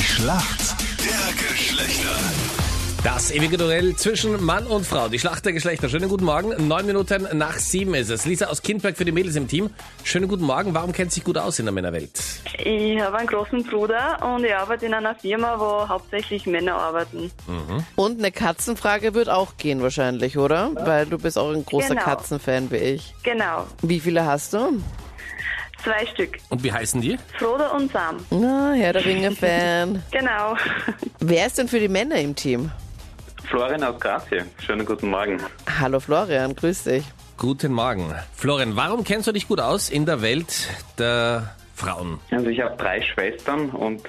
Schlacht der Geschlechter. Das ewige Duell zwischen Mann und Frau. Die Schlacht der Geschlechter. Schönen guten Morgen. Neun Minuten nach sieben ist es. Lisa aus Kindberg für die Mädels im Team. Schönen guten Morgen. Warum kennt sich gut aus in der Männerwelt? Ich habe einen großen Bruder und ich arbeite in einer Firma, wo hauptsächlich Männer arbeiten. Und eine Katzenfrage wird auch gehen wahrscheinlich, oder? Weil du bist auch ein großer Genau. Katzenfan wie ich. Genau, Wie viele hast du? zwei Stück. Und wie heißen die? Frodo und Sam. Na, Herr der Ringe-Fan. Genau. Wer ist denn für die Männer im Team? Florian aus Graz hier. Schönen guten Morgen. Hallo Florian, grüß dich. Guten Morgen. Florian, warum kennst du dich gut aus in der Welt der Frauen? Also ich habe drei Schwestern und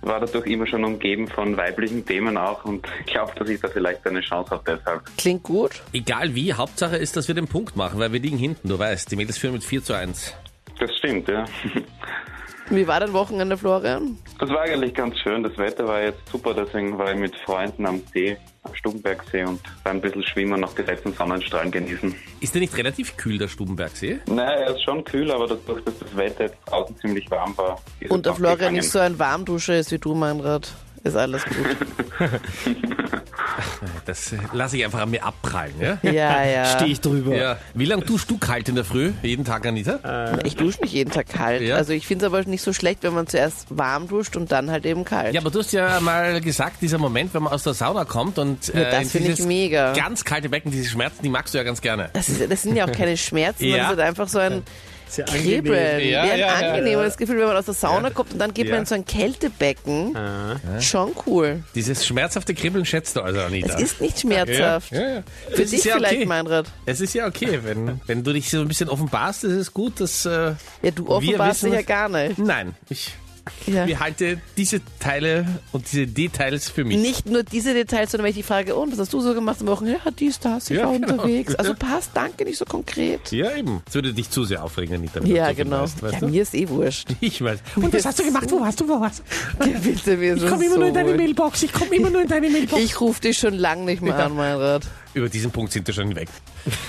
war dadurch immer schon umgeben von weiblichen Themen auch und glaube, dass ich da vielleicht eine Chance habe deshalb. Klingt gut. Egal wie, Hauptsache ist, dass wir den Punkt machen, weil wir liegen hinten, du weißt. Die Mädels führen mit 4 zu 1. Das stimmt, ja. Wie war dein Wochenende, Florian? Das war eigentlich ganz schön. Das Wetter war jetzt super, deswegen war ich mit Freunden am See, am Stubenbergsee und war ein bisschen schwimmen und noch die letzten Sonnenstrahlen genießen. Ist der nicht relativ kühl, der Stubenbergsee? Naja, er ist schon kühl, aber dadurch, dass das Wetter jetzt außen ziemlich warm war. ist es Und der auch Florian gegangen. nicht so ein Warmduscher ist wie du, Meinrad. Ist alles gut. Das äh, lasse ich einfach an mir abprallen, ja? Ja, ja. Stehe ich drüber. Ja. Wie lange tust du kalt in der Früh? Jeden Tag, Anita? Ich dusche nicht jeden Tag kalt. Ja. Also ich finde es aber nicht so schlecht, wenn man zuerst warm duscht und dann halt eben kalt. Ja, aber du hast ja mal gesagt, dieser Moment, wenn man aus der Sauna kommt und Ja, Also das in finde ich äh, dieses mega. ganz kalte Becken, diese Schmerzen, die magst du ja ganz gerne. Das, ist, das sind ja auch keine Schmerzen, Ja. Äh. das ist halt einfach so ein Sehr angenehm. Kribbeln. Wie Ja, ein ja, ja, angenehmes Gefühl, wenn man aus der Sauna kommt und dann geht Ja. man in so ein Kältebecken. Schon cool. Dieses schmerzhafte Kribbeln schätzt du also, Anita. Es ist nicht schmerzhaft. Ja, ja, ja. Für Es dich ist ja vielleicht, okay. Meinrad. Es ist ja okay, wenn, wenn du dich so ein bisschen offenbarst, ist es gut, dass. Äh, Ja, du offenbarst wir wissen, dich ja gar nicht. Nein, ich Ja. behalte diese Teile und diese Details für mich. Nicht nur diese Details, sondern wenn ich die Frage, oh, und was hast du so gemacht am Wochenende? Ja, dies, das, ich Ja, war genau. unterwegs. Also passt, danke, nicht so konkret. Ja, eben. Es würde dich zu sehr aufregen, Anita. wenn du so Ja, viel genau. Weißt, weißt ja, du? mir ist eh wurscht. Ich weiß. Und was hast du gemacht? Wo warst du? Wo warst du? Bitte, mir ist Ich es komme immer so nur in deine wurscht. Mailbox. Ich komme immer nur in deine Mailbox. Ich rufe dich schon lang nicht mehr an, Meinrad. Über diesen Punkt sind wir schon hinweg.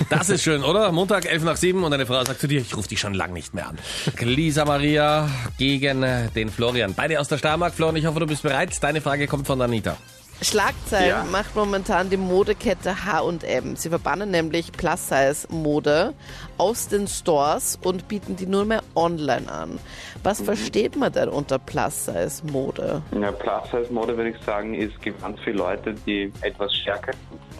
Das ist schön, oder? Montag, 11 nach 7 und eine Frau sagt zu dir, ich rufe dich schon lange nicht mehr an. Lisa Maria gegen äh, den Florian. Beide aus der Steiermark. Florian, ich hoffe, du bist bereit. Deine Frage kommt von Anita. Schlagzeilen Ja. macht momentan die Modekette H&M. Sie verbannen nämlich Plus-Size-Mode aus den Stores und bieten die nur mehr online an. Was Mhm. versteht man denn unter Plus-Size-Mode? Ja, Plus-Size-Mode, würde ich sagen, ist gibt ganz viele Leute, die etwas stärker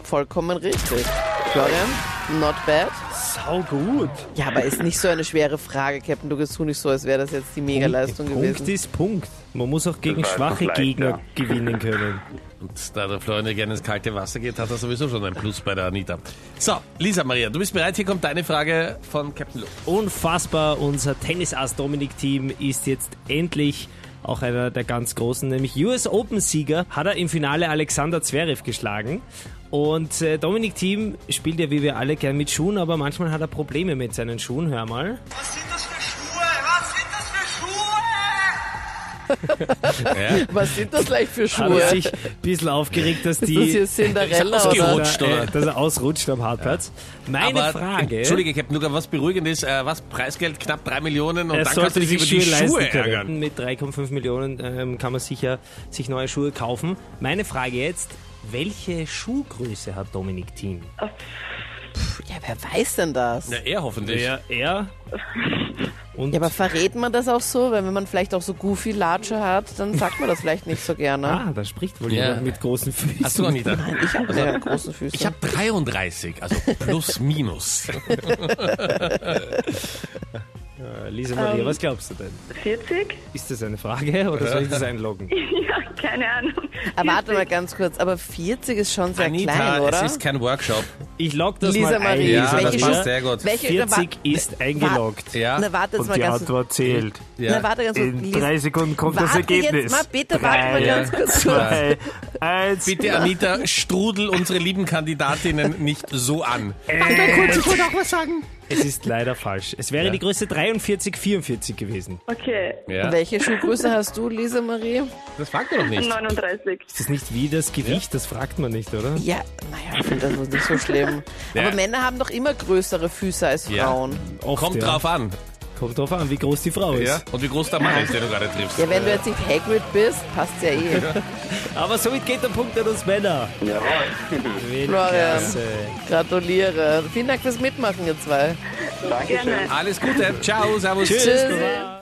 Vollkommen richtig. Florian, not bad. Sau gut. Ja, aber ist nicht so eine schwere Frage, Captain. Du tu nicht so, als wäre das jetzt die Megaleistung Punkt gewesen. ist Punkt. Man muss auch gegen Das war schwache einfach leicht, Gegner ja. gewinnen können. Und da der Florian ja gerne ins kalte Wasser geht, hat er sowieso schon einen Plus bei der Anita. So, Lisa Maria, du bist bereit. Hier kommt deine Frage von Captain Luke. Oh, Unfassbar, unser Tennisass Dominik Team ist jetzt endlich auch einer der ganz großen, nämlich US Open Sieger, hat er im Finale Alexander Zverev geschlagen. Und äh, Dominik Thiem spielt ja wie wir alle gern mit Schuhen, aber manchmal hat er Probleme mit seinen Schuhen, hör mal. Was sind das für Schuhe? Was sind das für Schuhe? Was sind das gleich für Hat er Schuhe? sich ein bisschen aufgeregt, Ist dass das die hier Cinderella oder? Ausgerutscht, oder? Äh, dass er ausrutscht am Hartplatz. Meine Aber, Frage. Entschuldige, Captain Luke, aber was beruhigend ist, äh, was Preisgeld knapp 3 Millionen und er dann kannst sollte du dich sich über die Schuhe, Schuhe, leisten können. ärgern. Mit 3,5 Millionen ähm, kann man sicher sich neue Schuhe kaufen. Meine Frage jetzt, welche Schuhgröße hat Dominik Thiem? Ja, wer weiß denn das? Ja, er hoffentlich. Der er und Ja, aber verrät man das auch so? Weil wenn man vielleicht auch so goofy Latsche hat, dann sagt man das vielleicht nicht so gerne. ah, da spricht wohl Ja. jemand mit großen Füßen. Hast du, Anita? Ich habe keine großen Füße. Also, Ich habe 33, also plus minus. Äh, Lisa Maria, Ähm. was glaubst du denn? 40? Ist das eine Frage oder soll ich das einloggen? Ja, keine Ahnung. aber warte mal ganz kurz, aber 40 ist schon sehr Anita, klein, oder? es ist kein Workshop. Ich log das Lisa mal ein. Maria, Ja, das welche passt Schuhe- sehr gut. Welche, na, wa- 40 ist eingeloggt. Ja. Na, warte jetzt mal ganz kurz. zählt. Na, warte ganz kurz. In Lisa- drei Sekunden kommt das warte Ergebnis. Jetzt mal, bitte warte mal Drei, ganz zwei. kurz. Zu. Drei, eins. Bitte, Anita, strudel unsere lieben Kandidatinnen nicht so an. Es ist leider falsch. Es wäre die Größe 43, 44 gewesen. Okay, Ja. Welche Schuhgröße hast du, Lisa Marie? Das fragt man doch nicht. 39. Ist das nicht wie das Gewicht? Das fragt man nicht, oder? Ja, naja, ich finde das ist nicht so schlimm. Ja. Aber Männer haben doch immer größere Füße als Ja. Frauen. Oft, Kommt ja. drauf an. Kommt drauf an, wie groß die Frau ist. Ja? Und wie groß der Mann ist, den du gerade triffst. Ja, wenn du jetzt nicht Hagrid bist, passt ja eh. Aber somit geht der Punkt an uns Männer. Jawohl. Florian. Gratuliere. Vielen Dank fürs Mitmachen, ihr zwei. Dankeschön. Gerne. Alles Gute. Ciao, servus. Tschüss. Tschüss. Baba.